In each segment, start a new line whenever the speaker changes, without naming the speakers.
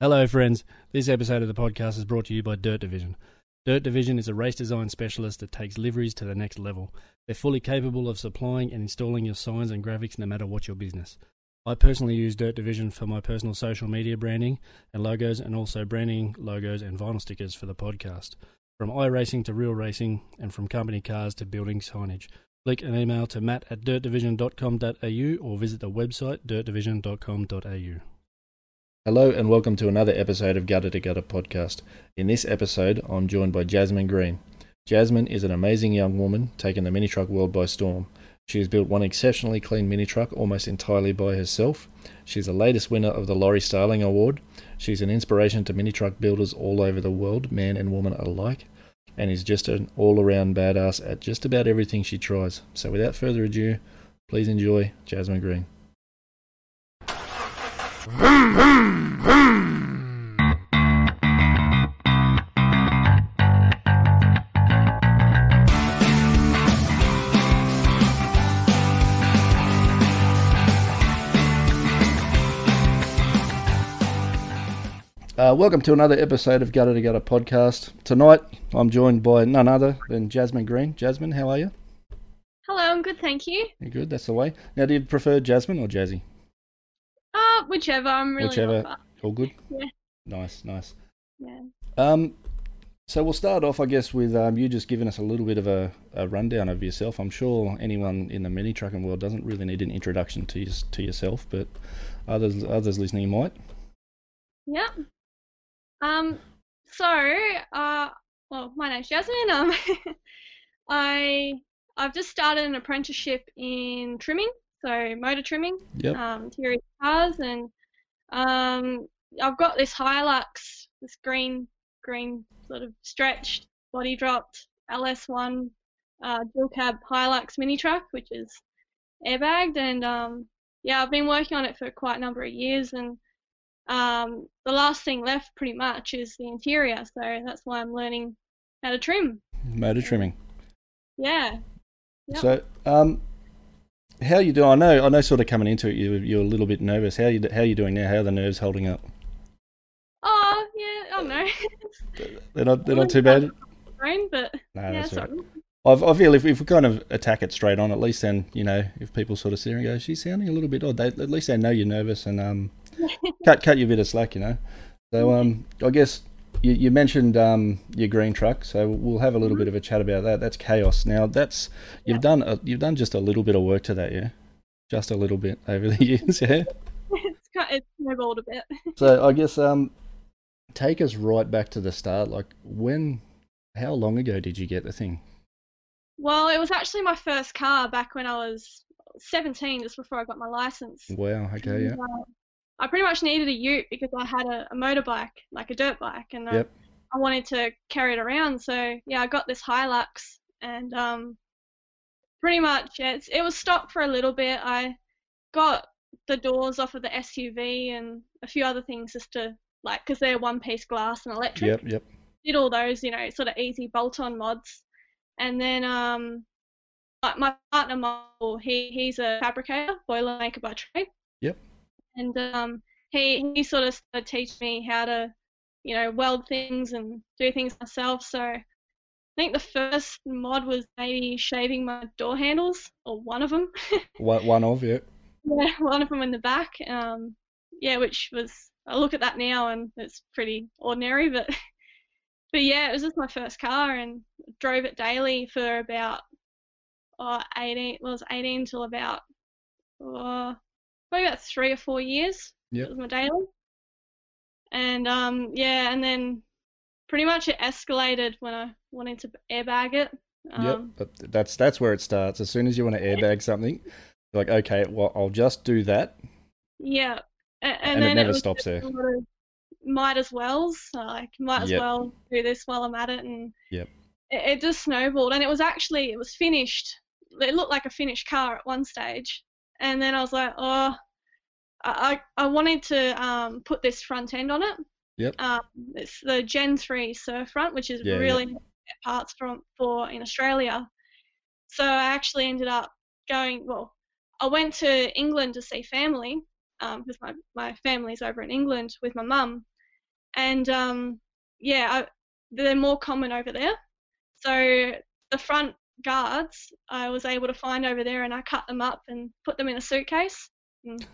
Hello, friends. This episode of the podcast is brought to you by Dirt Division. Dirt Division is a race design specialist that takes liveries to the next level. They're fully capable of supplying and installing your signs and graphics no matter what your business. I personally use Dirt Division for my personal social media branding and logos, and also branding logos and vinyl stickers for the podcast. From iRacing to real racing, and from company cars to building signage. Click an email to matt at dirtdivision.com.au or visit the website dirtdivision.com.au.
Hello and welcome to another episode of Gutter to Gutter podcast. In this episode, I'm joined by Jasmine Green. Jasmine is an amazing young woman taking the mini truck world by storm. She has built one exceptionally clean mini truck almost entirely by herself. She's the latest winner of the Laurie Starling Award. She's an inspiration to mini truck builders all over the world, man and woman alike, and is just an all around badass at just about everything she tries. So without further ado, please enjoy Jasmine Green. Uh, welcome to another episode of Gutter to Gutter podcast. Tonight, I'm joined by none other than Jasmine Green. Jasmine, how are you?
Hello, I'm good, thank you.
You good? That's the way. Now, do you prefer Jasmine or Jazzy?
Uh, whichever, I'm really
Whichever.
not fast.
All good.
Yeah.
Nice, nice.
Yeah.
Um, so we'll start off, I guess, with um, you just giving us a little bit of a, a rundown of yourself. I'm sure anyone in the mini trucking world doesn't really need an introduction to your, to yourself, but others others listening might.
Yep. Um, so, uh, well, my name's Jasmine. Um, I, I've just started an apprenticeship in trimming, so motor trimming,
Yep.
um, interior cars, and um, I've got this Hilux, this green, green sort of stretched, body dropped LS1 uh, dual cab Hilux mini truck, which is airbagged, and um, yeah, I've been working on it for quite a number of years, and um, the last thing left pretty much is the interior, so that's why I'm learning how to trim.
Motor trimming.
Yeah. Yep.
So, um, how you doing? I know, I know. Sort of coming into it, you you're a little bit nervous. How you how you doing now? How are the nerves holding up?
Oh, yeah, I don't know.
They're not they're not too bad.
Brain, but
No,
yeah,
that's all right.
sorry.
I've, I feel if, if we kind of attack it straight on, at least then you know if people sort of sit there and go, she's sounding a little bit odd. They, at least they know you're nervous and um, cut cut you a bit of slack, you know. So
Mm-hmm.
um, I guess you, you mentioned um, your green truck, so we'll have a little
Mm-hmm.
bit of a chat about that. That's chaos. Now that's you've done a, you've done just a little bit of work to that, yeah, just a little bit over the years, yeah.
It's kind it's snowballed a bit.
So I guess um, take us right back to the start. Like when, how long ago did you get the thing?
Well, it was actually my first car back when I was 17, just before I got my license.
Wow. Okay. Yeah.
And, uh, I pretty much needed a ute because I had a, a motorbike, like a dirt bike, and I,
Yep.
I wanted to carry it around. So yeah, I got this Hilux, and um, pretty much yeah, it's, it was stock for a little bit. I got the doors off of the SUV and a few other things just to like, because they're one-piece glass and electric
Yep. Yep.
did all those, you know, sort of easy bolt-on mods, and then um, like my partner Michael, he he's a fabricator, boiler maker by trade.
Yep.
And um, he he sort of started teaching me how to, you know, weld things and do things myself. So I think the first mod was maybe shaving my door handles or one of them.
One, one of yeah.
Yeah, one of them in the back. Um, yeah, which was I look at that now and it's pretty ordinary, but but yeah, it was just my first car and drove it daily for about oh, 18 well, it was 18 till about oh, probably about three or four years.
Yep.
It was my daily. And um, yeah, and then pretty much it escalated when I wanted to airbag it.
Yep.
Um,
But That's that's where it starts. As soon as you want to airbag something, you're like okay, well I'll just do that,
Yeah, a- and,
and,
then
it never
was
stops there.
a lot of might as wells. Like, might as
Yep.
well do this while I'm at it, and
Yep.
it, it just snowballed. And it was actually it was finished. It looked like a finished car at one stage, and then I was like, oh, I I, I wanted to um put this front end on it.
Yep.
Um, it's the Gen Three Surf Front, which is
Yeah, yeah.
really hard to get parts from for in Australia. So I actually ended up going well. I went um, to England to see family because my, my family's over in England with my mum. and um, yeah, I, they're more common over there. So the front guards I was able to find over there, and I cut them up and put them in a suitcase. And,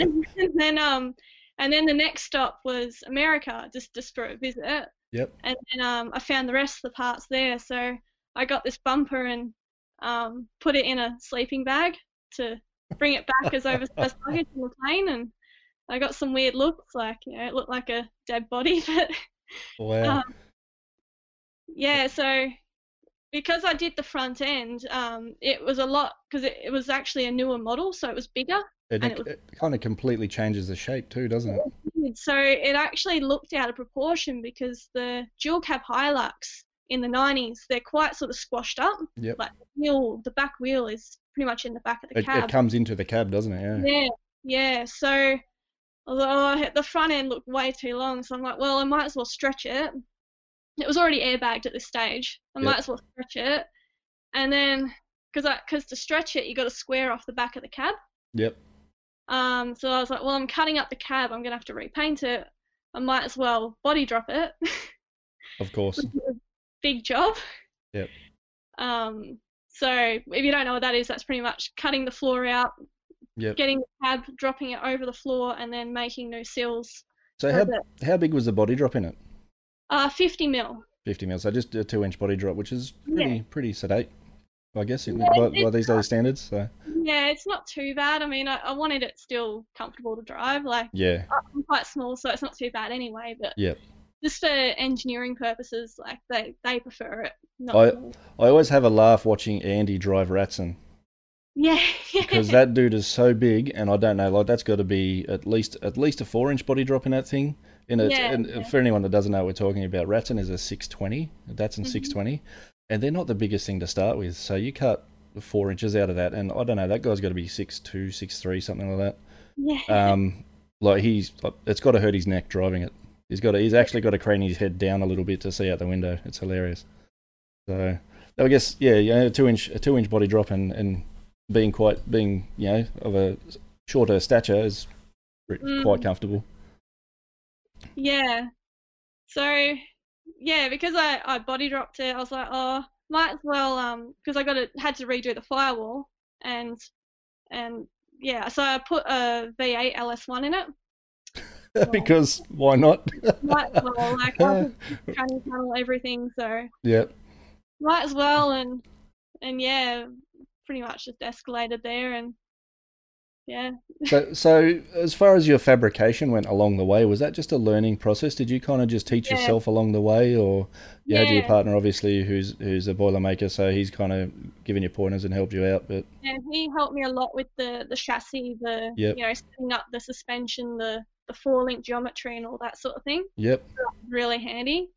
and then um, and then the next stop was America, just just for a visit.
Yep.
And then um, I found the rest of the parts there, so I got this bumper and um, put it in a sleeping bag to bring it back as oversized luggage in the plane, and I got some weird looks, like you know, it looked like a dead body, but
Wow.
um, yeah, so because I did the front end, um, it was a lot because it, it was actually a newer model, so it was bigger.
it,
and it was-
it kind of completely changes the shape too, doesn't it?
So it actually looked out of proportion because the dual cab Hilux in the 90s, they're quite sort of squashed up.
Yep.
Like the wheel, the back wheel is pretty much in the back of the
It,
cab.
it comes into the cab, doesn't it? Yeah.
Yeah, yeah. So, although the front end looked way too long, so I'm like, well, I might as well stretch it. It was already airbagged at this stage. I
Yep.
might as well stretch it. And then, because because to stretch it, you got to square off the back of the cab.
Yep.
Um, so I was like, well, I'm cutting up the cab. I'm gonna have to repaint it. I might as well body drop it.
Of course.
Big job.
Yep.
Um. So if you don't know what that is, that's pretty much cutting the floor out,
Yep.
getting the cab, dropping it over the floor, and then making new seals.
So
for
how
the-
how big was the body drop in it?
Uh, 50 mil.
Fifty mil. So just a two inch body drop, which is
Yeah.
pretty pretty sedate, I guess, in,
Yeah,
by,
it's-
by these days standards. So
Yeah, it's not too bad. I mean, I, I wanted it still comfortable to drive. Like,
yeah,
I'm quite small, so it's not too bad anyway. But
Yep.
just for engineering purposes, like they, they prefer it. Not
I-
small.
I always have a laugh watching Andy drive Ratson
yeah.
because that dude is so big, and I don't know, like that's got to be at least at least a four inch body drop in that thing. And, it's,
Yeah,
and
yeah.
for anyone that doesn't know, what we're talking about Ratson is a six twenty. That's
Mm-hmm.
in six twenty, and they're not the biggest thing to start with. So you cut four inches out of that, and I don't know, that guy's got to be six two, six three, something like
yeah.
that. Um, like he's it's got to hurt his neck driving it. He's got to, he's actually got to crane his head down a little bit to see out the window. It's hilarious. So I guess yeah, you know, a two inch a two inch body drop and, and being quite being you know of a shorter stature is re-
Mm.
quite comfortable.
Yeah. So yeah, because I, I body dropped it, I was like, oh, might as well um because I got to had to redo the firewall and and yeah, so I put a V8 LS1 in it.
because why not?
Might as well, like I was trying to panel everything, so
yeah,
might as well and and yeah, pretty much just escalated there and yeah.
So, so as far as your fabrication went along the way, was that just a learning process? Did you kind of just teach
Yeah.
yourself along the way, or you had your
Yeah.
partner obviously who's who's a boiler maker, so he's kind of given you pointers and helped you out? But
And he helped me a lot with the, the chassis, the
Yep.
you know, setting up the suspension, the the four link geometry and all that sort of thing.
yep,
really handy.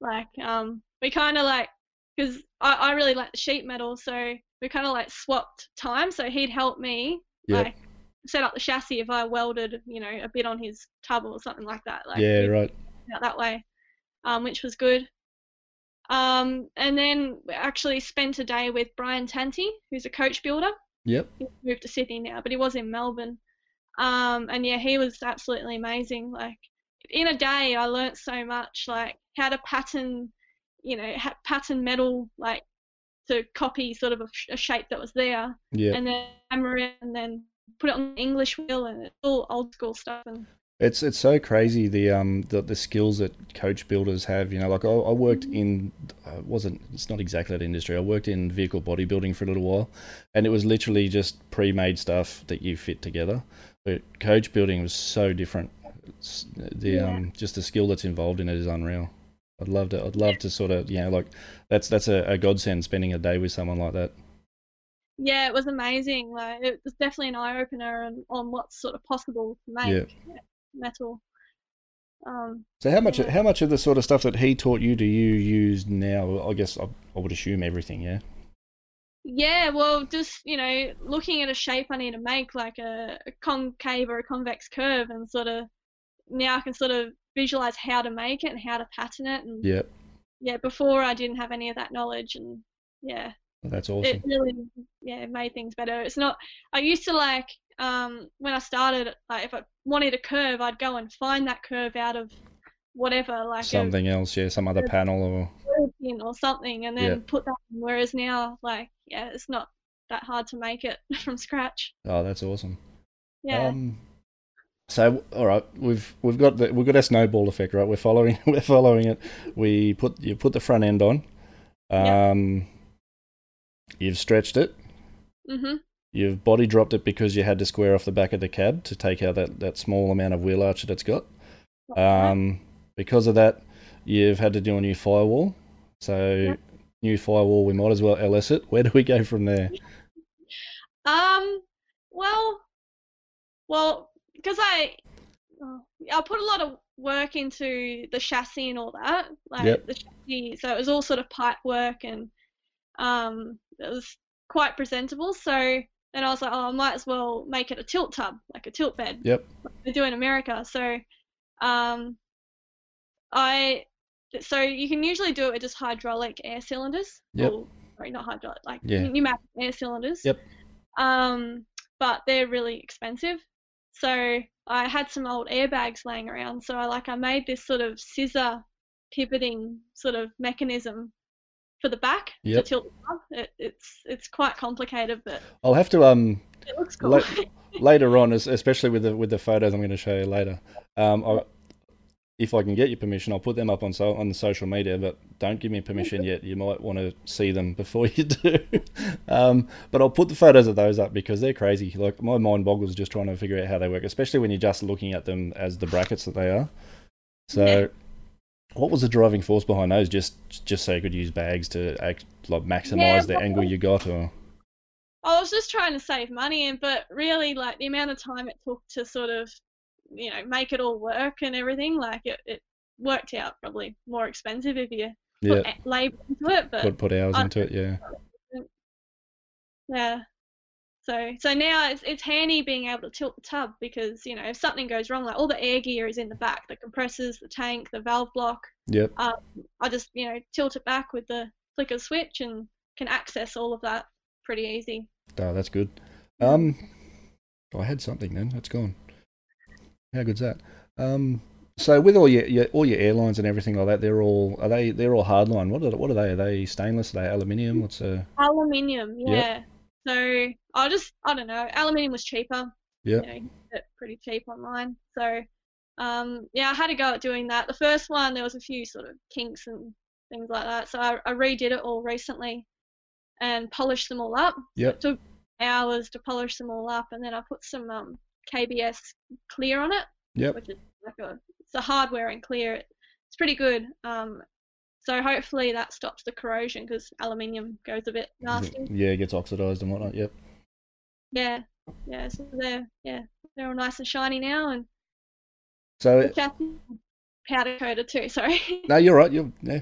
Like, um, we kind of like, because I, I really like the sheet metal, so we kind of like swapped time. So he'd help me,
Yeah.
like, set up the chassis if I welded, you know, a bit on his tub or something like that. Like,
yeah,
we'd
right,
work out that way, um, which was good. Um, and then we actually spent a day with Brian Tanti, who's a coach builder
yep,
he's moved to Sydney now, but he was in Melbourne. Um, and yeah, he was absolutely amazing. Like in a day, I learnt so much, like how to pattern, you know, ha- pattern metal, like to copy sort of a, sh- a shape that was there,
yeah.
and then hammer it, and then put it on the English wheel, and it's all old school stuff. And
It's it's so crazy the um the, the skills that coach builders have. You know, like I, I worked in I wasn't it's not exactly that industry. I worked in vehicle bodybuilding for a little while, and it was literally just pre-made stuff that you fit together. But coach building was so different. It's, the
Yeah.
um just the skill that's involved in it is unreal. I'd love to. I'd love to sort of you know like that's that's a, a godsend spending a day with someone like that.
yeah, it was amazing. Like it was definitely an eye opener on, on what's sort of possible to make metal. Um,
So how much
Yeah.
how much of the sort of stuff that he taught you do you use now? I guess I, I would assume everything. Yeah.
Yeah, well, just you know, looking at a shape I need to make, like a, a concave or a convex curve, and sort of now I can sort of visualize how to make it and how to pattern it, and
Yeah.
yeah, before I didn't have any of that knowledge, and yeah,
That's
it
awesome.
really yeah it made things better. It's not I used to like um when I started, like if I wanted a curve, I'd go and find that curve out of whatever, like a
something else, yeah, some other
Yeah.
panel or
blue pin or something, and then
Yeah.
put that in. Whereas now, like, yeah, it's not that hard to make it from scratch.
oh, that's awesome.
Yeah.
Um, so all right, we've we've got the, we've got our snowball effect, right? We're following we're following it. We put you put the front end on.
Yeah.
Um, you've stretched it.
mhm.
You've body dropped it because you had to square off the back of the cab to take out that, that small amount of wheel arch that it's got.
That's right.
Um, because of that, you've had to do a new firewall. So
Yep.
new firewall, we might as well LS it. Where do we go from there?
Um, well, well, because I, oh, I put a lot of work into the chassis and all that, like
Yep.
the chassis. So it was all sort of pipe work and, um, it was quite presentable. So then I was like, oh, I might as well make it a tilt tub, like a tilt bed.
Yep.
Like they do in America. So, um, I, so you can usually do it with just hydraulic air cylinders.
Yep.
Or, sorry, not hydraulic, like
Yeah.
pneumatic air cylinders.
Yep.
Um, but they're really expensive. So I had some old airbags laying around. So I like I made this sort of scissor pivoting sort of mechanism for the back
Yep.
to tilt the car. It, it's it's quite complicated, but
I'll have to um
it looks cool.
Like- later on, es- especially with the with the photos I'm going to show you later. Um, I, if I can get your permission, I'll put them up on so on the social media. But don't give me permission yet. You might want to see them before you do. um, but I'll put the photos of those up because they're crazy. Like my mind boggles just trying to figure out how they work, especially when you're just looking at them as the brackets that they are. So.
Yeah.
What was the driving force behind those? Just, just so you could use bags to act, like maximize the
well-
angle you got, or
I was just trying to save money, and but really, like the amount of time it took to sort of, you know, make it all work and everything, like it, it worked out probably more expensive if you
yeah,
put a- labour into it, but
put put hours
I-
into it, yeah.
Yeah. So so now it's it's handy being able to tilt the tub because you know if something goes wrong, like all the air gear is in the back, the compressors, the tank, the valve block. um,
Yep.
I just you know tilt it back with the flick of switch and can access all of that pretty easy.
Oh, that's good. Um, I had something then. That's gone. How good's that? Um, so with all your, your all your airlines and everything like that, they're all are they they're all hardline. What are what are they? Are they stainless? Are they aluminium? What's uh, a
Aluminium,
Yep.
yeah. So I just I don't know. Aluminium was cheaper.
Yep.
You know, you can get it pretty cheap online. So um, yeah, I had a go at doing that. The first one there was a few sort of kinks and things like that. So I, I redid it all recently and polished them all up.
Yep.
So it took hours to polish them all up, and then I put some um, KBS clear on it.
Yep.
Which is like a it's a hard wearing clear. It's pretty good. Um, so hopefully that stops the corrosion because aluminium goes a bit nasty.
yeah, it gets oxidized and whatnot. Yep.
Yeah, yeah. So they're yeah they're all nice and shiny now, and
So
the chassis powder coated too. Sorry.
no, you're right. You're yeah.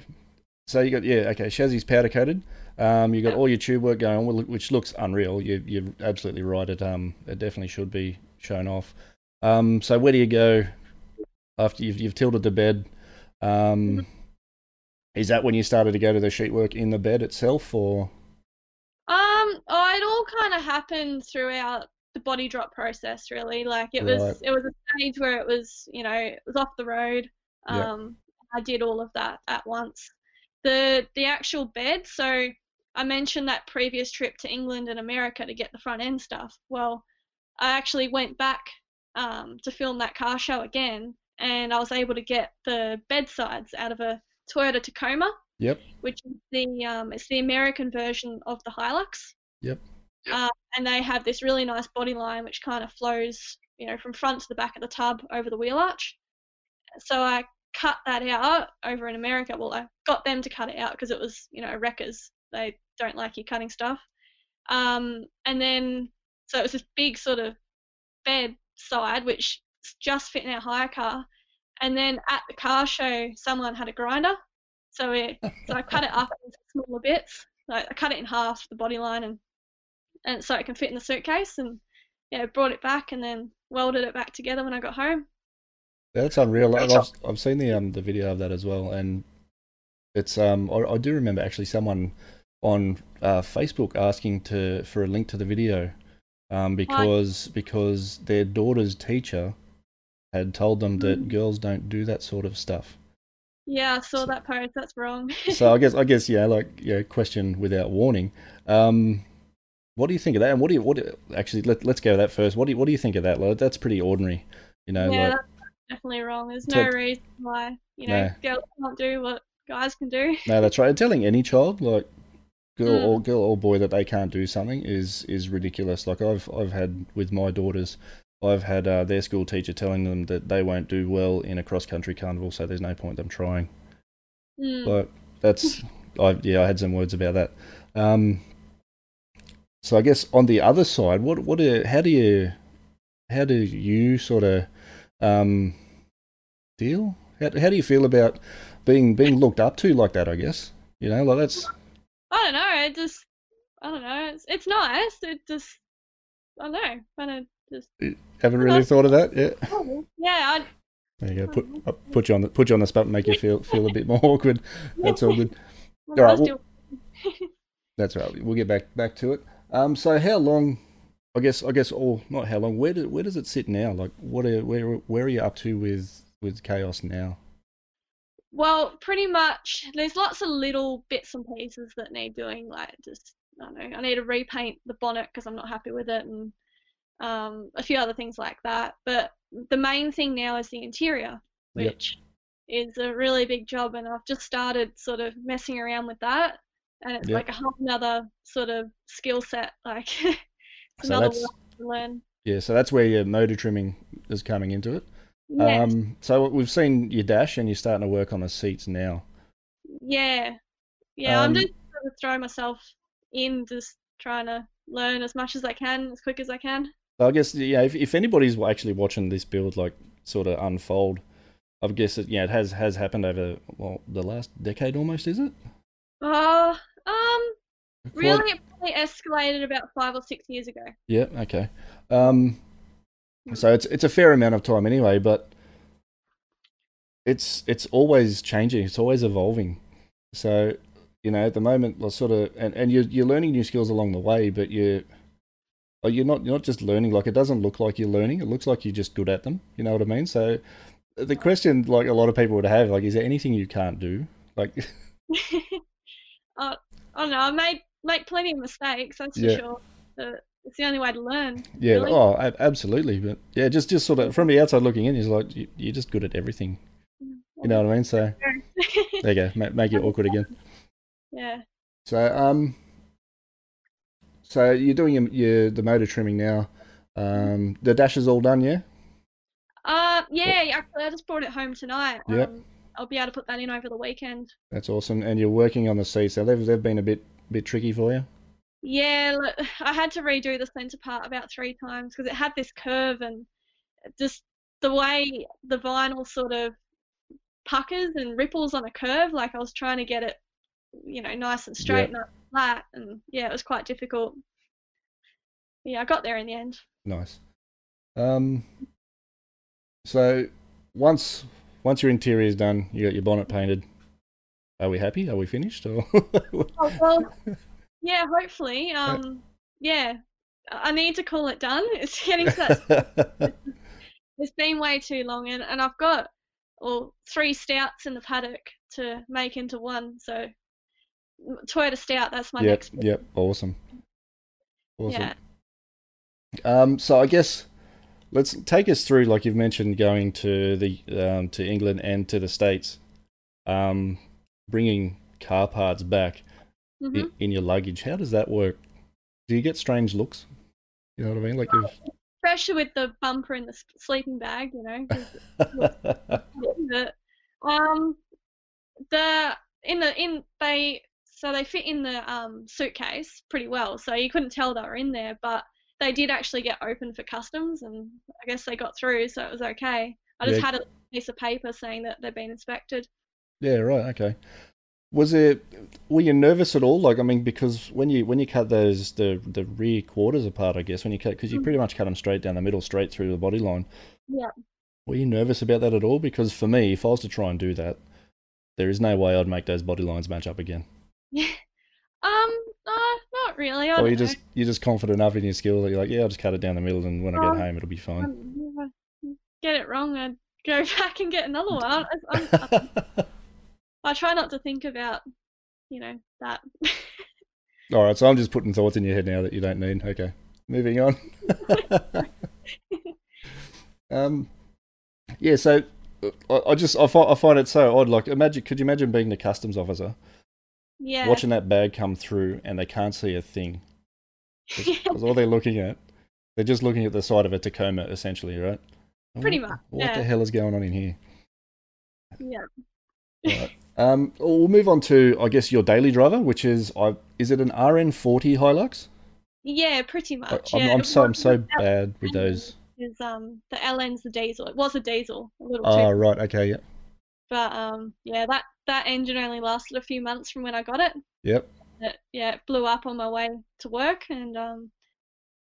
So you got yeah okay. Chassis powder coated. Um, you got
Yeah.
all your tube work going on, wh- which looks unreal. You you're absolutely right. It um it definitely should be shown off. Um, so where do you go after you've you've tilted the bed? Um, is that when you started to go to the sheet work in the bed itself, or
Um, oh, it all kind of happened throughout the body drop process, really. Like it
Right.
was, it was a stage where it was, you know, it was off the road.
Yeah.
Um, I did all of that at once. The the actual bed. So I mentioned that previous trip to England and America to get the front end stuff. Well, I actually went back um, to film that car show again, and I was able to get the bed sides out of a Toyota Tacoma which is the um, it's the American version of the Hilux.
Yep.
Uh, and they have this really nice body line which kind of flows, you know, from front to the back of the tub over the wheel arch. So I cut that out over in America. Well, I got them to cut it out because it was, you know, wreckers. They don't like you cutting stuff. Um, and then so it was this big sort of bed side which just fit in our hire car. And then at the car show, someone had a grinder. So it so I cut it up into smaller bits. Like I cut it in half, the body line, and and so it can fit in the suitcase. And yeah, brought it back and then welded it back together when I got home.
That's unreal. I've, I've- I've seen the um the video of that as well, and it's um I, I do remember actually someone on uh, Facebook asking to for a link to the video, um because because their daughter's teacher had told them that
Mm.
girls don't do that sort of stuff,
Yeah, I saw that post. That's wrong.
so I guess I guess yeah, like yeah, question without warning. Um, what do you think of that? And what do you what do- actually let us go with that first. What do you, what do you think of that? Like, that's pretty ordinary, you know.
yeah,
like,
that's definitely wrong. There's
So-
no reason why you know girls can't do what guys can do.
no, that's right. Telling any child like girl
Mm.
or girl or boy that they can't do something is is ridiculous. Like I've I've had with my daughters. I've had uh, their school teacher telling them that they won't do well in a cross country carnival, so there's no point them trying.
Mm.
Like that's, I yeah, I had some words about that. Um, so I guess on the other side, what what do, how do you how do you sort of um, deal? How how do you feel about being being looked up to like that? I guess you know, like that's
I don't know. It just I don't know. It's it's nice. It just I don't know. Kind of just
haven't really thought of that. Yeah,
yeah. I,
there you go. Put uh, put you on the put you on the spot, and make you feel feel a bit more awkward. That's all good.
I
Alright,
still-
That's right. We'll get back back to it. Um, so how long? I guess I guess all not how long. Where do, where does it sit now? Like what are where where are you up to with with chaos now?
Well, pretty much. There's lots of little bits and pieces that need doing. Like just I don't know. I need to repaint the bonnet because I'm not happy with it, and um, a few other things like that. But the main thing now is the interior,
Yep.
which is a really big job, and I've just started sort of messing around with that, and it's
Yep.
like a whole another sort of skill set. Like it's
So
another
that's
one to learn.
yeah. So that's where your motor trimming is coming into it.
Yeah,
Um, so we've seen your dash, and you're starting to work on the seats now.
Yeah. Yeah, I'm
Um,
just sort of throwing myself in, just trying to learn as much as I can, as quick as I can.
So I guess yeah, if if anybody's actually watching this build like sort of unfold, I guess it yeah it has has happened over well the last decade almost, is it?
Oh, um,
Quite-
really, it probably escalated about five or six years ago.
Yeah. Okay. Um, so it's it's a fair amount of time anyway, but it's it's always changing. It's always evolving. So you know, at the moment, well, sort of, and, and you're you're learning new skills along the way, but you're well, you're not you're not just learning. Like it doesn't look like you're learning. It looks like you're just good at them. You know what I mean? So the question, like a lot of people would have, like, is there anything you can't do? Like,
uh, I don't know, I made make plenty of mistakes, that's for
Yeah.
sure. But it's the only way to learn.
yeah,
Really?
oh, ab- absolutely. But yeah, just just sort of from the outside looking in, is like you, you're just good at everything. You know what I mean? So there you go. Make, make it awkward again.
yeah.
So um, so you're doing your, your the motor trimming now. Um, the dash is all done, yeah.
Uh, yeah, actually, I just brought it home tonight.
Yep.
Um, I'll be able to put that in over the weekend.
That's awesome. And you're working on the seats. So they've they've been a bit bit tricky for you.
Yeah, look, I had to redo the centre part about three times because it had this curve and just the way the vinyl sort of puckers and ripples on a curve, like I was trying to get it, you know, nice and straight, not flat, and yeah, it was quite difficult. Yeah, I got there in the end.
Nice. Um, so once once your interior is done, you got your bonnet painted. Are we happy? Are we finished? Or
Oh, well, yeah, hopefully. Um, yeah, I I need to call it done. It's getting to that It's been way too long, and, and I've got well three stouts in the paddock to make into one. So m- Toyota Stout, that's my
yep,
next.
yep, awesome, awesome.
Yeah.
Um, so I guess let's take us through, like you've mentioned, going to the um, to England and to the states, um, bringing car parts back i-
hmm
in, your luggage. How does that work? Do you get strange looks? You know what I mean? Like
Especially with the bumper in the s- sleeping bag, you know. 'cause
you've
the- um, the in the in they so they fit in the um suitcase pretty well. So you couldn't tell they were in there, but they did actually get open for customs, and I guess they got through, so it was okay. I just
Yeah.
had a piece of paper saying that they'd been inspected.
yeah, right, okay. Was it? Were you nervous at all? Like, I mean, because when you when you cut those the the rear quarters apart, I guess when you cut because you pretty much cut them straight down the middle, straight through the body line.
Mm. Yeah.
Were you nervous about that at all? Because for me, if I was to try and do that, there is no way I'd make those body lines match up again.
Yeah. Um, no, not really. I
Or
don't
you
know.
just you're just confident enough in your skill that you're like, yeah, I'll just cut it down the middle, and when I
Um,
get home, it'll be
I
fine.
don't know. If I get it wrong, I'd go back and get another one. I, I'm, um, I try not to think about, you know, that.
All right, so I'm just putting thoughts in your head now that you don't need. Okay, moving on. um, yeah. So uh, I, I just I, fi- I find it so odd. Like, imagine could you imagine being the customs officer
yeah.
watching that bag come through and they can't see a thing because all they're looking at they're just looking at the side of a Tacoma essentially, right? And
Pretty
what-
much,
What
yeah.
the hell is going on in here?
yeah.
Right. Um, we'll move on to I guess your daily driver, which is I is it an RN40 Hilux?
Yeah, pretty much.
I,
Uh, yeah,
I'm, I'm
It
so I'm
was-
so
it was-
bad with those.
Is um the LN's the diesel. It was a diesel, a little
Oh
cheap,
right, okay, yeah,
but um yeah that that engine only lasted a few months from when I got it.
yep.
It, yeah, it blew up on my way to work, and um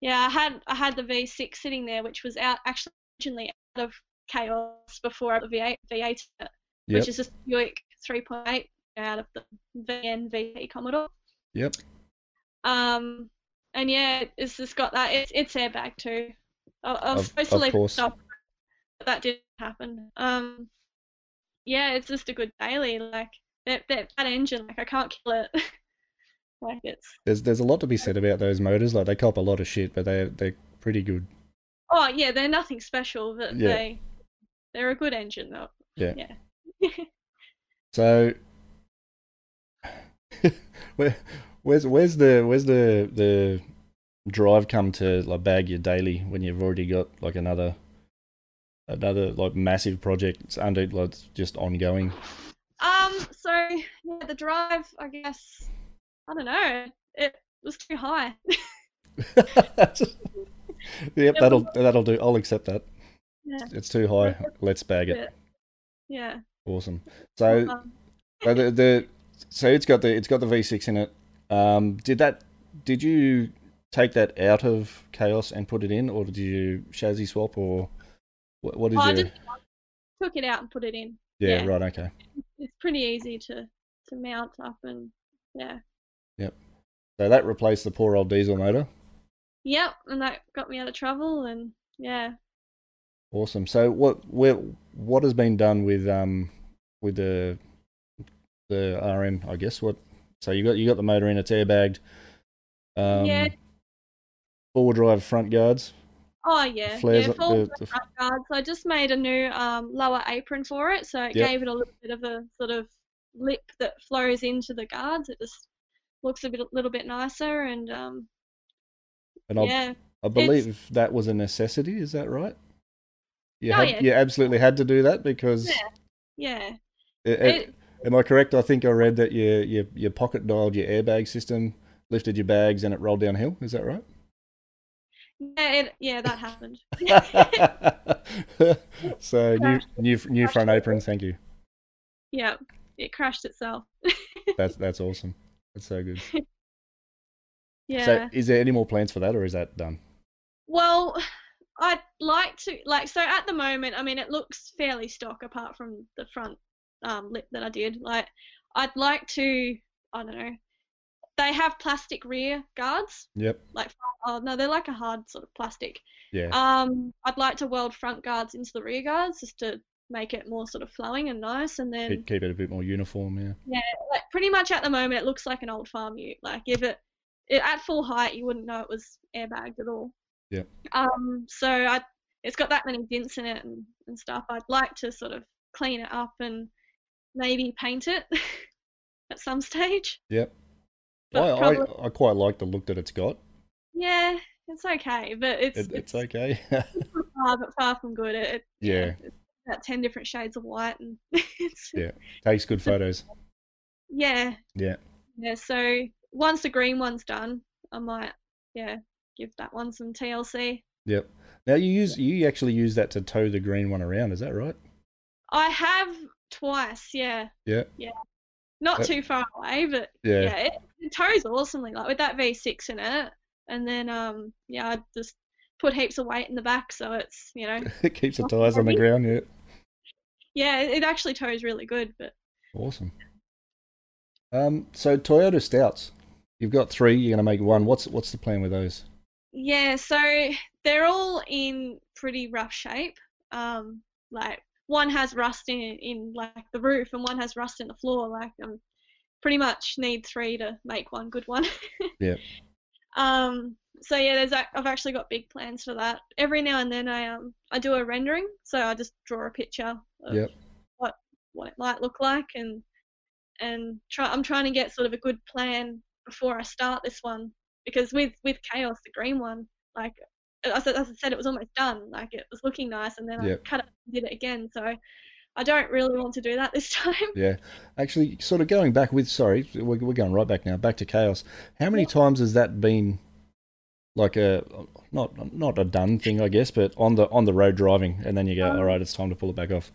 yeah I had I had the V6 sitting there, which was out actually originally out of chaos before I got the V8 V8, it,
Yep.
which is just Buick 3.8 out of the VN VT Commodore.
Yep.
Um, and yeah, it's just got that. It's it's airbag too. I, I was
Of-
supposed to
of
leave
course.
stuff, but that didn't happen. Um, yeah, it's just a good daily. Like that that, that engine, like I can't kill it. like it's
There's there's a lot to be said about those motors. Like they cop a lot of shit, but they they're pretty good.
oh yeah, they're nothing special, but
Yeah.
they they're a good engine though.
Yeah.
Yeah.
So where where's where's the where's the the drive come to like bag your daily when you've already got like another another like massive project it's under like it's just ongoing.
Um, so yeah, the drive, I guess, I don't know, it was too high.
yep, that'll that'll do. I'll accept that.
Yeah.
It's too high. Let's bag it.
Yeah. yeah.
Awesome. So
Um,
So the, the so it's got the it's got the V6 in it. Um, did that? Did you take that out of Chaos and put it in, or did you chassis swap, or what, what did
Oh, I
you?
just took it out and put it in.
yeah,
yeah.
right. Okay.
It's pretty easy to to mount up and yeah.
So that replaced the poor old diesel motor.
Yep, and that got me out of trouble and yeah.
Awesome. So what where, what has been done with um with the the RM? I guess what. So you got you got the motor in. It's airbagged. Um,
Yeah.
Four drive front guards.
Oh yeah.
flares
yeah,
up
full
the- the-
front guard. So I just made a new um lower apron for it, so it
Yep.
gave it a little bit of a sort of lip that flows into the guards. It just looks a bit a little bit nicer and um
And I'll
yeah.
I believe that was a necessity. Is that right? You
Oh,
had,
yeah.
you absolutely had to do that because.
Yeah. Yeah.
it- it-
It,
am I correct? I think I read that your your your pocket dialed your airbag system, lifted your bags, and it rolled downhill. Is that right?
yeah, it, yeah, that happened.
so new new new front apron. Thank you.
yeah. It crashed itself.
That's that's awesome. That's so good.
Yeah.
So is there any more plans for that, or is that done?
Well, I'd like to like so at the moment, I mean it looks fairly stock apart from the front um lip that I did. Like I'd like to I don't know. They have plastic rear guards.
Yep.
Oh no, they're like a hard sort of plastic.
Yeah.
Um I'd like to weld front guards into the rear guards just to make it more sort of flowing and nice and then
Keep, keep it a bit more uniform. Yeah.
like pretty much at the moment it looks like an old farm ute. Like if it, it at full height, you wouldn't know it was airbagged at all.
Yep.
Um. So I, it's got that many dents in it and, and stuff. I'd like to sort of clean it up and maybe paint it at some stage.
Yep. I,
But probably,
I, I quite like the look that it's got.
yeah, it's okay, but it's
It, it's
it's,
okay.
far but far from good. It, it-
Yeah.
It's about ten different shades of white and it's,
Yeah. Takes good photos.
Yeah.
Yeah.
Yeah, so once the green one's done, I might, yeah, give that one some TLC.
Yep. Now you use you actually use that to tow the green one around. Is that right?
I have twice, yeah.
Yeah.
Yeah. Not
Uh,
too far away, but yeah, it, it tows awesomely, like with that V6 in it. And then, um, yeah, I just put heaps of weight in the back, so it's, you know,
it keeps the tires on the ground. Yeah.
yeah, it, it actually tows really good, but
Awesome. Um. So Toyota Stouts, you've got three. You're going to make one. What's what's the plan with those?
Yeah, so they're all in pretty rough shape. Um, like one has rust in in like the roof and one has rust in the floor. Like um, pretty much need three to make one good one.
Yeah.
Um. So yeah, there's ac- I've actually got big plans for that. Every now and then I um I do a rendering, so I just draw a picture of
Yep.
what what it might look like and and try I'm trying to get sort of a good plan before I start this one because with with chaos the green one like as I, as I said it was almost done like it was looking nice and then
Yep.
I cut it and did it again so I don't really want to do that this time.
Actually, sort of going back with sorry, we're, we're going right back now, back to chaos. How many times has that been like a not not a done thing, I guess, but on the on the road driving, and then you go,
Um,
all right, it's time to pull it back off.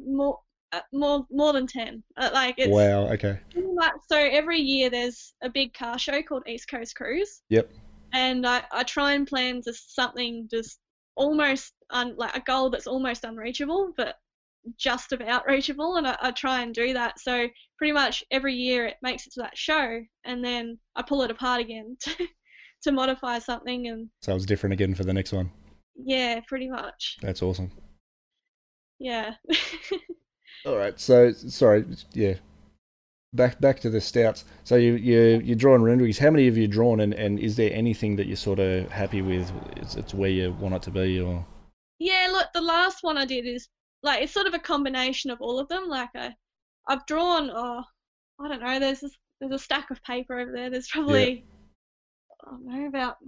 More uh, more more than 10 uh, like it's
Wow. Okay.
Pretty much. So every year there's a big car show called East Coast Cruise.
Yep.
And I, I try and plan just something just almost un, like a goal that's almost unreachable, but just about reachable. And I, I try and do that. So pretty much every year it makes it to that show, and then I pull it apart again to, to modify something. And
So it's different again for the next one.
yeah, pretty much.
That's awesome.
Yeah.
All right. So sorry. Yeah. Back back to the stouts. So you you you're drawing renderings. How many have you drawn, and, and is there anything that you're sort of happy with? It's, it's where you want it to be, or
Yeah, look, the last one I did is like it's sort of a combination of all of them. Like I, I've drawn, oh, I don't know. There's this, there's a stack of paper over there. There's probably, I don't know, about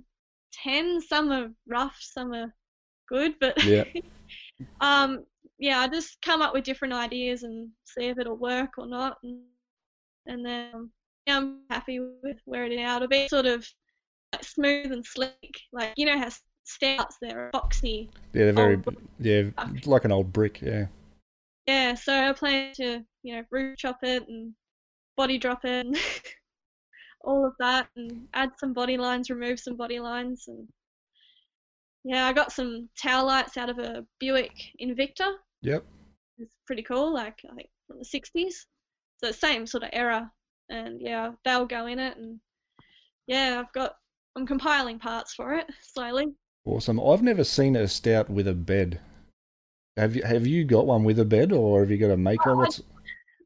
ten. Some are rough, some are good, but
Yeah.
um, yeah, I just come up with different ideas and see if it'll work or not, and, and then um, yeah, I'm happy with where it is now. It'll be sort of like smooth and slick, like you know how s- stouts they're boxy.
yeah, they're very
Oh.
yeah, like an old brick. Yeah.
Yeah, so I plan to, you know, root chop it and body drop it and all of that and add some body lines, remove some body lines and yeah, I got some tail lights out of a Buick Invicta.
Yep.
It's pretty cool, like I think from the sixties. So same sort of era. And yeah, they'll go in it and yeah, I've got I'm compiling parts for it slowly.
Awesome. I've never seen a stout with a bed. Have you have you got one with a bed or have you got to make one? What's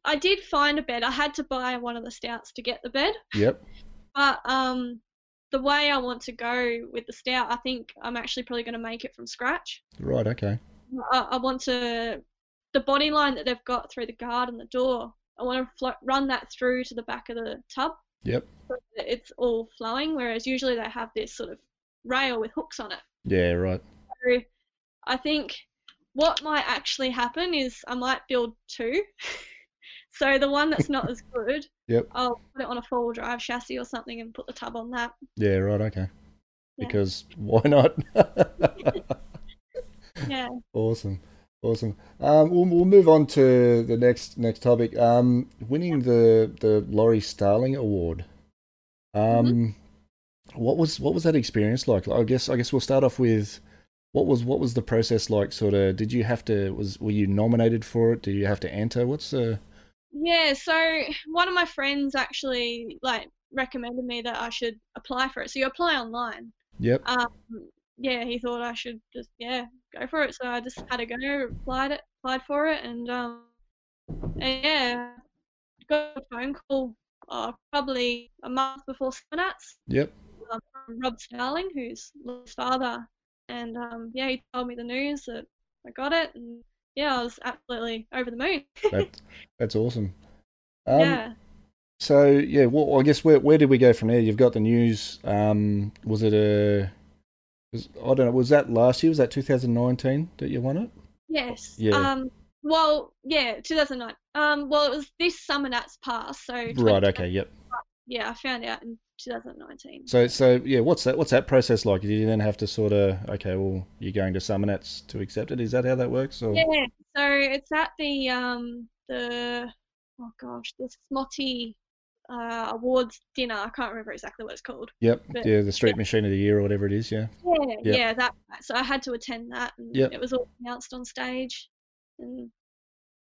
I did find a bed. I had to buy one of the stouts to get the bed.
Yep.
But um, the way I want to go with the stout, I think I'm actually probably going to make it from scratch.
Right, okay.
I, I want to the body line that they've got through the guard and the door. I want to flo- run that through to the back of the tub.
Yep.
So that it's all flowing, whereas usually they have this sort of rail with hooks on it.
Yeah, right.
So I think what might actually happen is I might build two. so the one that's not as good,
Yep.
I'll put it on a four-wheel drive chassis or something and put the tub on that.
Yeah, right, okay.
Yeah.
Because why not?
Yeah.
awesome. Awesome. Um, we'll, we'll move on to the next next topic. Um, winning the the Laurie Starling Award. Um, what was what was that experience like? I guess I guess we'll start off with what was what was the process like? Sort of, did you have to was were you nominated for it? Do you have to enter? What's the
Yeah, so one of my friends actually like recommended me that I should apply for it. So you apply online.
yep
Um, yeah, he thought I should just yeah go for it. So I just had a go, applied it, applied for it, and um, and yeah, got a phone call uh, probably a month before Spinats
yep
um, from Rob Starling, who's Liz's father, and um, yeah, he told me the news that I got it, and yeah, I was absolutely over the moon.
that that's awesome. Um,
yeah.
So yeah, well, I guess where where did we go from there? You've got the news. Um, was it a? Was, I don't know. Was that last year? Was that 2019 that you won it?
Yes.
Yeah.
Um. Well, yeah, 2009. Um. Well, it was this summer that's passed, so. 20
Right. Okay. Yep.
Yeah, I found out in 2019.
So so yeah, what's that? What's that process like? Did you then have to sort of okay, well, you're going to Summonats to accept it? Is that how that works? Or
Yeah. So it's at the um the oh gosh the Smotty uh awards dinner. I can't remember exactly what it's called.
yep,
But-
yeah, the Street Machine of the Year or whatever it is. Yeah.
Yeah.
Yep.
Yeah. That. So I had to attend that, and
Yep.
it was all announced on stage, and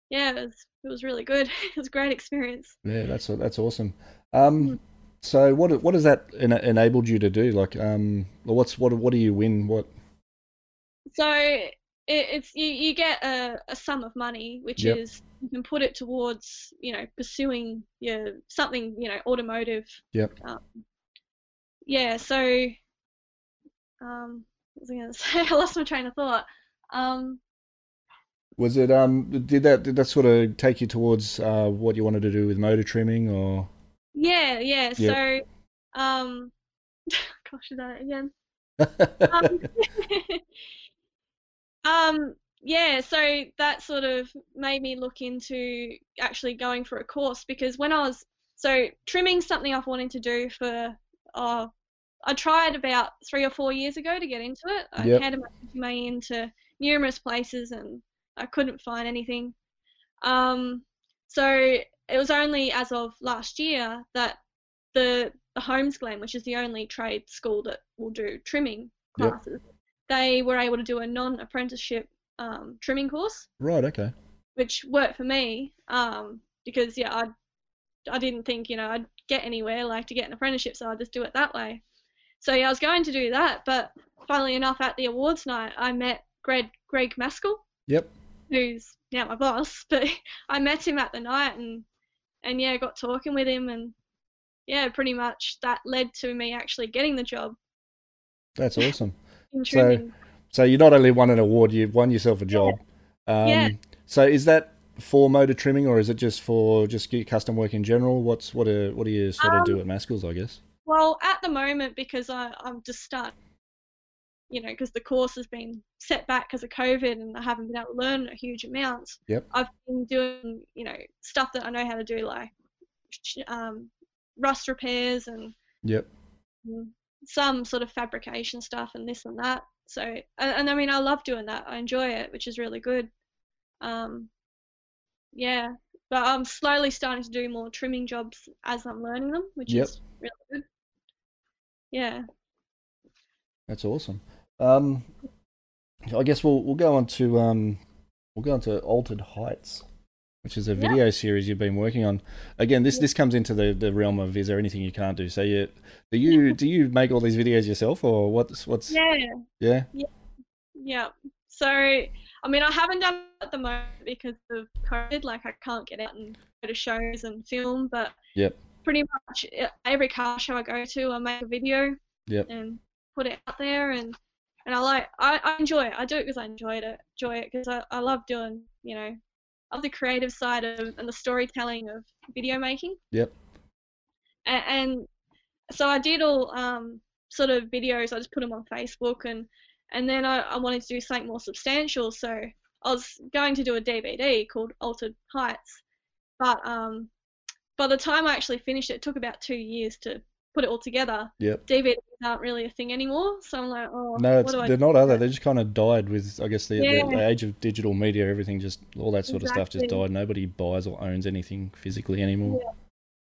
yeah, it was it was really good. it was a great experience.
Yeah, that's that's awesome. Um, so what what has that ena enabled you to do? Like, um, what's what what do you win? What
So it, it's you, you get a, a sum of money which
Yep.
is you can put it towards you know pursuing your something you know automotive
Yep.
um, yeah so um what was i gonna say i lost my train of thought um
Was it um did that did that sort of take you towards uh what you wanted to do with motor trimming or
yeah yeah
Yep.
so um gosh is that it again um,
Yep.
um, yeah, so that sort of made me look into actually going for a course because when I was so trimming something I've wanted to do for oh I tried about three or four years ago to get into it. I
Yep.
handed my resume into numerous places and I couldn't find anything. Um, so it was only as of last year that the the Holmes Glen, which is the only trade school that will do trimming
Yep.
classes, they were able to do a non-apprenticeship um, trimming course,
Right, okay.
which worked for me um, because yeah, I I didn't think you know I'd get anywhere like to get an apprenticeship, so I just do it that way. So yeah, I was going to do that, but funnily enough, at the awards night, I met Greg Greg Maskell
Yep.
who's now my boss, but I met him at the night and and yeah, got talking with him and yeah, pretty much that led to me actually getting the job
That's awesome.
in
So-
trimming.
So you not only won an award, you've won yourself a job. Um,
Yeah.
So is that for motor trimming, or is it just for just get custom work in general? What's what do what do you sort
Um,
of do at Maskell's? I guess.
well, at the moment because I I'm just starting, you know, because the course has been set back because of COVID and I haven't been able to learn a huge amount.
Yep.
I've been doing you know stuff that I know how to do like um, rust repairs and
Yep.
and some sort of fabrication stuff and this and that. So, and, and I mean, I love doing that. I enjoy it, which is really good. Um, yeah, but I'm slowly starting to do more trimming jobs as I'm learning them, which
Yep.
is really good. Yeah.
That's awesome. Um, I guess we'll we'll go on to um, we'll go on to Altered Heights, which is a
Yeah.
video series you've been working on. Again, this this comes into the, the realm of is there anything you can't do? So you do you do you make all these videos yourself, or what's what's
Yeah.
yeah?
Yeah. So, I mean, I haven't done it at the moment because of COVID. Like, I can't get out and go to shows and film, but
Yep.
pretty much e- every car show I go to, I make a video
Yep.
and put it out there. And, and I like, I, I enjoy it. I do it because I enjoyed it, enjoy it because I, I love doing, you know, of the creative side of and the storytelling of video making.
Yep.
A- And, so I did all um, sort of videos. I just put them on Facebook and and then I, I wanted to do something more substantial. So I was going to do a DVD called Altered Heights, but um, by the time I actually finished it, it took about two years to put it all together.
Yep.
DVDs aren't really a thing anymore, so I'm like, oh,
No,
what
it's,
do I
they're not other. They just kind of died with, I guess, the,
Yeah.
the, the age of digital media. Everything just, all that sort of stuff just
Exactly.
died. Nobody buys or owns anything physically anymore.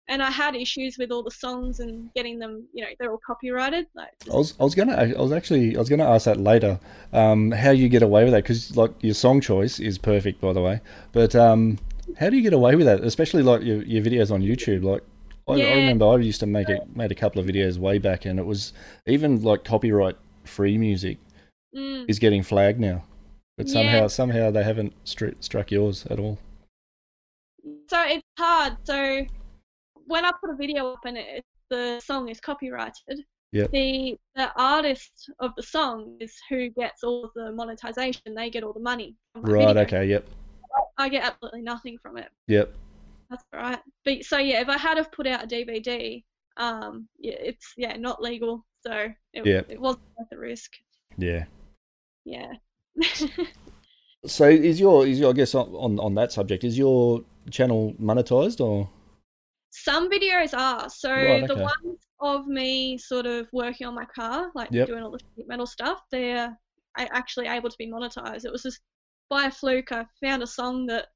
and I had issues with all the songs and getting them, you know, they're all copyrighted. Like, just-
I was, I was gonna, I was actually, I was gonna ask that later. Um, how you get away with that? Because like your song choice is perfect, by the way. But um, how do you get away with that? Especially like your, your videos on YouTube. Like I, I
Yeah.
remember I used to make a, made a couple of videos way back, and it was even like copyright free music
mm.
is getting flagged now. But
Yeah.
somehow, somehow they haven't stri- struck yours at all.
so it's hard. So when I put a video up and it, the song is copyrighted,
Yep.
the the artist of the song is who gets all the monetization. They get all the money. from my
Right.
video.
Okay. Yep.
I get absolutely nothing from it.
Yep.
That's all right. But so yeah, if I had have put out a DVD, um, yeah, it's yeah not legal. So it,
Yeah.
it wasn't worth the risk.
Yeah.
Yeah.
So is your is your I guess on- on on that subject is your channel monetized or
Some videos are. So
Right,
the
okay.
ones of me sort of working on my car, like
Yep.
doing all the sheet metal stuff, they're a- actually able to be monetized. It was just by a fluke. I found a song that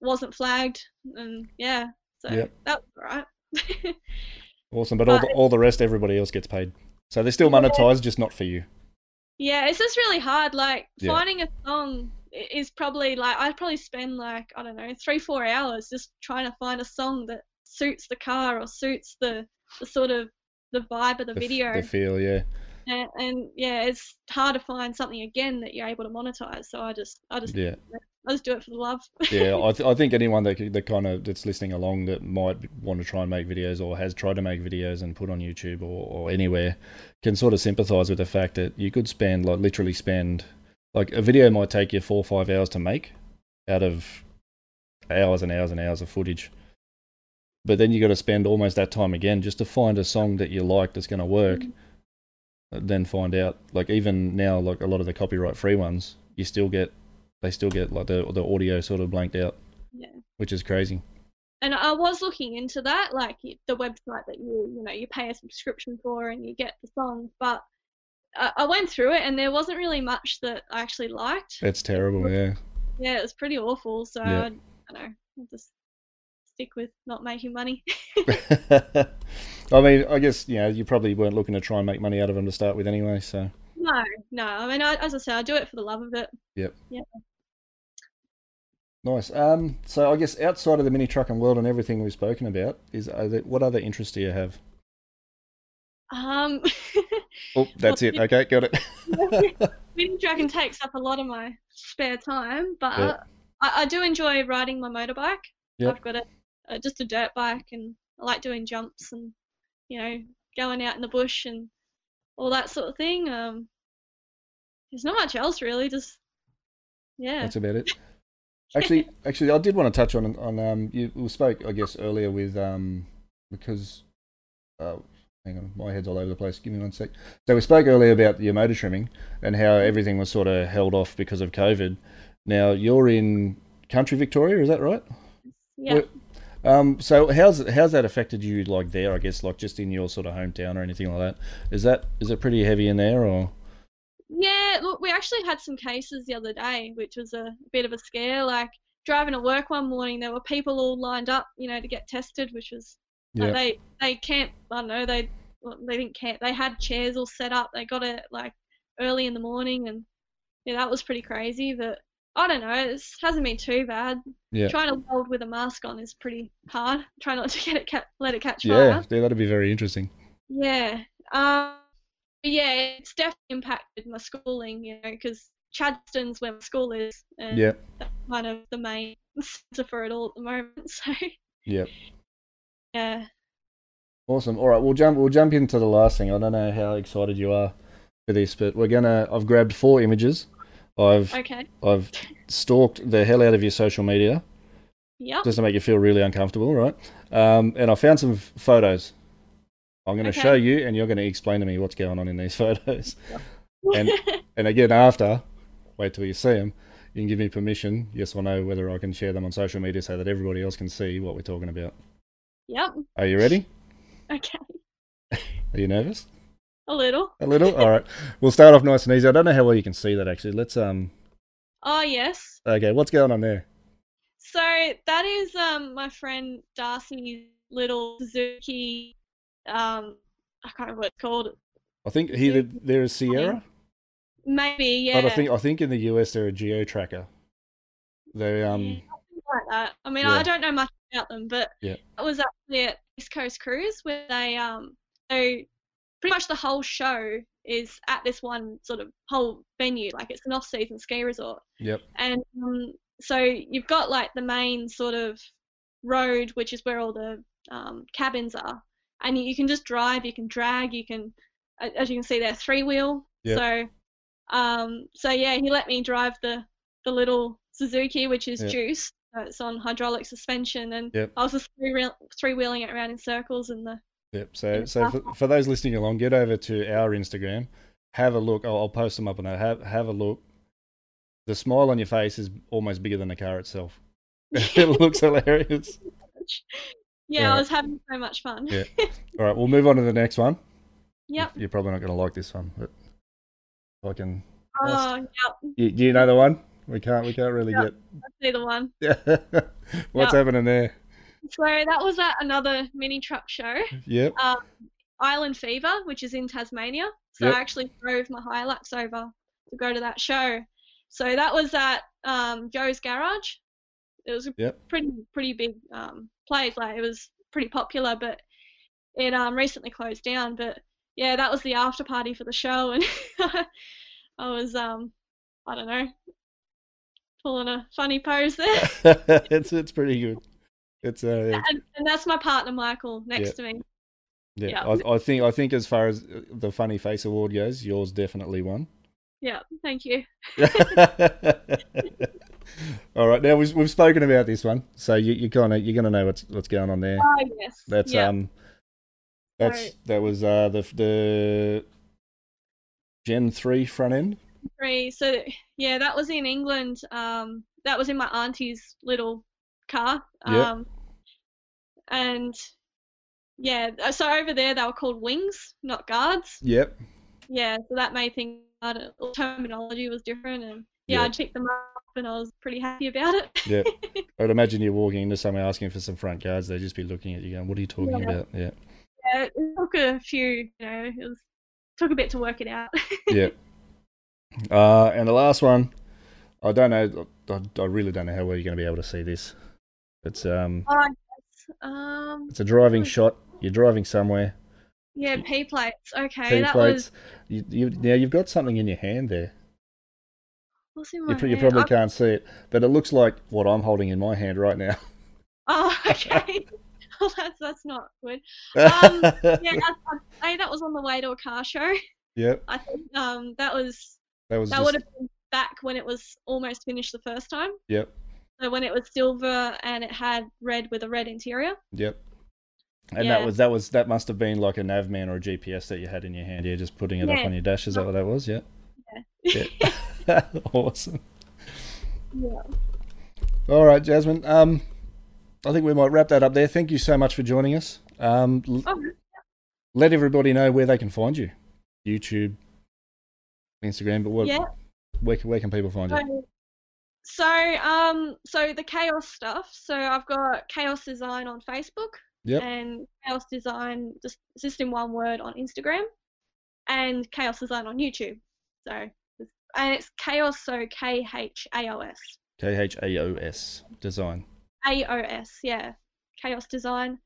wasn't flagged, and yeah, so
Yep.
that was all right.
awesome? But all the, all the rest everybody else gets paid. So they're still monetized, just not for you.
Yeah, it's just really hard. Like
Yeah.
finding a song i- is probably like I'd probably spend like I don't know three four hours just trying to find a song that suits the car or suits the the sort of the vibe of the,
The f-
video.
the feel, yeah.
and, and yeah, it's hard to find something again that you're able to monetize. So I just, I just,
Yeah,
I just do it for the love.
yeah. I, th- I think anyone that c- that kind of that's listening along that might want to try and make videos or has tried to make videos and put on YouTube or, or anywhere can sort of sympathise with the fact that you could spend like literally spend like a video might take you four or five hours to make out of hours and hours and hours of footage. But then you got to spend almost that time again just to find a song that you like that's going to work. uh, Then find out like even now like a lot of the copyright free ones you still get they still get like the the audio sort of blanked out,
yeah.
which is crazy.
and I was looking into that, like y- the website that you you know you pay a subscription for and you get the songs. But I, I went through it and there wasn't really much that I actually liked.
It's terrible. Yeah,
Yeah, it was pretty awful. So
Yeah.
I, I don't know, I'll just stick with not making money.
I mean, I guess you know you probably weren't looking to try and make money out of them to start with anyway. So
no, no. I mean, I, as I said, I do it for the love of it.
nice. Um, so I guess outside of the mini truck and world and everything we've spoken about is are there, what other interests do you have?
Um,
Oh, that's it. Okay, got it.
mini dragon takes up a lot of my spare time, but
Yeah.
I, I do enjoy riding my motorbike.
Yeah.
I've got a, a just a dirt bike, and I like doing jumps and you know going out in the bush and all that sort of thing. Um, there's not much else really. Just yeah,
That's about it. Actually, actually, I did want to touch on on um you we spoke I guess earlier with um because uh hang on my head's all over the place. Give me one sec. So we spoke earlier about your motor trimming and how everything was sort of held off because of COVID. Now you're in country Victoria, is that right?
yeah.
Well, Um, so how's how's that affected you like there? I guess like just in your sort of hometown or anything like that. Is that is it pretty heavy in there or?
Yeah, look, we actually had some cases the other day, which was a bit of a scare. Like driving to work one morning, there were people all lined up, you know, to get tested, which was like, they they camped. I don't know, they well, they didn't camp. They had chairs all set up. They got it like early in the morning, and yeah, that was pretty crazy. But I don't know, it hasn't been too bad.
Yeah.
Trying to weld with a mask on is pretty hard. Try not to get it ca- let it catch fire.
Yeah, yeah, that'd be very interesting.
Yeah. Um, but yeah, it's definitely impacted my schooling, you know, because Chadston's where my school is, and
Yeah,
that's kind of the main centre for it all at the moment. So,
yeah.
yeah.
Awesome. All right, we'll jump. We'll jump into the last thing. I don't know how excited you are for this, but we're gonna. I've grabbed four images. I've
Okay.
I've stalked the hell out of your social media
Yep.
just to make you feel really uncomfortable, right? Um, and I found some f- photos. I'm gonna
Okay.
show you, and you're gonna explain to me what's going on in these photos. and- And again, after, wait till you see them. You can give me permission, yes or no, whether I can share them on social media so that everybody else can see what we're talking about.
yep.
Are you ready?
Okay.
Are you nervous?
A little.
A little. All right. We'll start off nice and easy. I don't know how well you can see that actually. Let's um.
Oh, yes.
Okay, what's going on there?
So that is um my friend Darcy's little Suzuki. Um, I can't remember what it's called.
I think here there is Sierra,
Maybe, yeah.
but I think I think in the US they're a geo tracker. They
Yeah,
um.
something like that. I mean,
Yeah.
I don't know much about them, but
Yeah.
that was actually at East Coast Cruise where they um so pretty much the whole show is at this one sort of whole venue, like it's an off-season ski resort,
Yep.
and um, so you've got like the main sort of road, which is where all the um, cabins are, and you can just drive, you can drag, you can, a- as you can see, they're three wheel.
Yeah.
So, um, so yeah, he let me drive the the little Suzuki, which is
Yeah.
juice. So it's on hydraulic suspension, and
Yep.
I was just three wheel three wheeling it around in circles, and the
Yep. So so for, for those listening along, get over to our Instagram, have a look. I'll, I'll post them up and have have a look. The smile on your face is almost bigger than the car itself. it looks hilarious.
yeah,
Yeah.
I was having so much fun.
Yeah. All right, we'll move on to the next one.
Yep.
You're probably not going to like this one, but if I can.
Oh,
Awesome.
yeah,
You, do you know the one? We can't. We can't really
Yeah. I see the one.
get. What's
Yeah.
happening there?
So that was at another mini truck show.
Yep.
Island Fever, which is in Tasmania. So
Yep.
I actually drove my Hilux over to go to that show. So that was at um, Joe's Garage. It was a
Yep.
pretty pretty big um, place. Like it was pretty popular, but it um, recently closed down. But yeah, that was the after party for the show, and I was um, I don't know, pulling a funny pose there.
it's it's pretty good. It's uh, yeah.
and, and that's my partner Michael next to me.
Yeah,
Yeah.
I, I think I think as far as the funny face award goes, yours definitely won.
Yeah, thank you.
All right, now we've, we've spoken about this one, so you you kind of you're gonna know what's what's going on there.
Oh yes.
That's
yeah.
um, that's
Right.
that was uh the the Gen three front end.
three. So yeah, that was in England. Um, that was in my auntie's little car.
Yeah.
Um, and yeah, uh, so over there they were called wings, not guards.
Yep.
Yeah, so that made things harder. All Terminology was different, and yeah,
Yeah.
I picked them up, and I was pretty happy about it.
Yep. I'd imagine you're walking into someone asking for some front guards. They'd just be looking at you going, "What are you talking
Yeah.
about?" Yeah.
yeah, it took a few, you know, it was took a bit to work it out.
Yep. Uh, and the last one, I don't know. I, I really don't know how well you're going to be able to see this. It's um,
oh, yes. Um,
it's a driving
Hmm.
shot. You're driving somewhere.
yeah, P plates. Okay,
P
that
plates.
was.
You, you, now you've got something in your hand there.
What's in
You,
my
pr- you
hand? Oh.
probably
I-
can't see it, but it looks like what I'm holding in my hand right now.
Oh, okay. well, that's that's not good. Um, Yeah, I, I, I- that was on the way to a car show.
yep.
I think um, that was
That was
that
just,
would have been back when it was almost finished the first time.
Yep.
So when it was silver and it had red with a red interior.
Yep. And
Yeah.
that was that was that must have been like a nav man or a GPS that you had in your hand. Yeah, just putting it up
Yeah.
on your dash. Is that what that was? Yeah.
Yeah.
Yeah. awesome.
Yeah.
All right, Jasmine. Um, I think we might wrap that up there. Thank you so much for joining us. Um, l-
Oh,
let everybody know where they can find you. YouTube, Instagram, but what?
Yeah.
Where can where can people find you?
so, so um so the chaos stuff. So I've got chaos design on Facebook.
Yep.
And chaos design just just in one word on Instagram, and chaos design on YouTube. So just- and it's chaos so K H A O S.
K H A O S Design.
AOS, yeah, Chaos Design.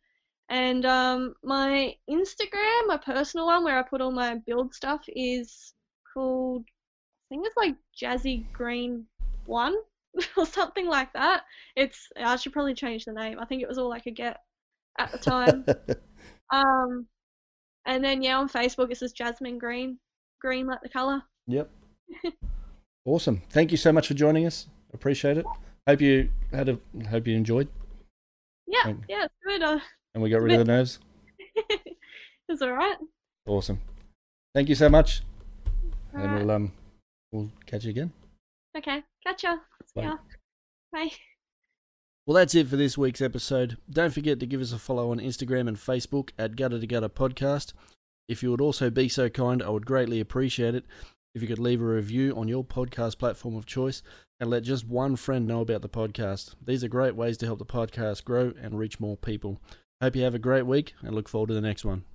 And um, my Instagram, my personal one where I put all my build stuff, is called, I think it's like Jazzy Green 1 or something like that. It's, I should probably change the name. I think it was all I could get at the time. um, and then, yeah, on Facebook, it's just Jasmine Green, green like the colour.
Yep. awesome. Thank you so much for joining us. Appreciate it. Hope you had a hope you enjoyed
Yeah,
Thank-
yeah, it's good. Uh,
and we got rid of the nerves.
it's alright.
Awesome. Thank you so much. And
Alright.
we'll um we'll catch you again.
Okay, catch ya. See
Bye.
ya. Bye.
Well, that's it for this week's episode. Don't forget to give us a follow on Instagram and Facebook at Gutter to Gutter Podcast. If you would also be so kind, I would greatly appreciate it if you could leave a review on your podcast platform of choice and let just one friend know about the podcast. These are great ways to help the podcast grow and reach more people. Hope you have a great week and look forward to the next one.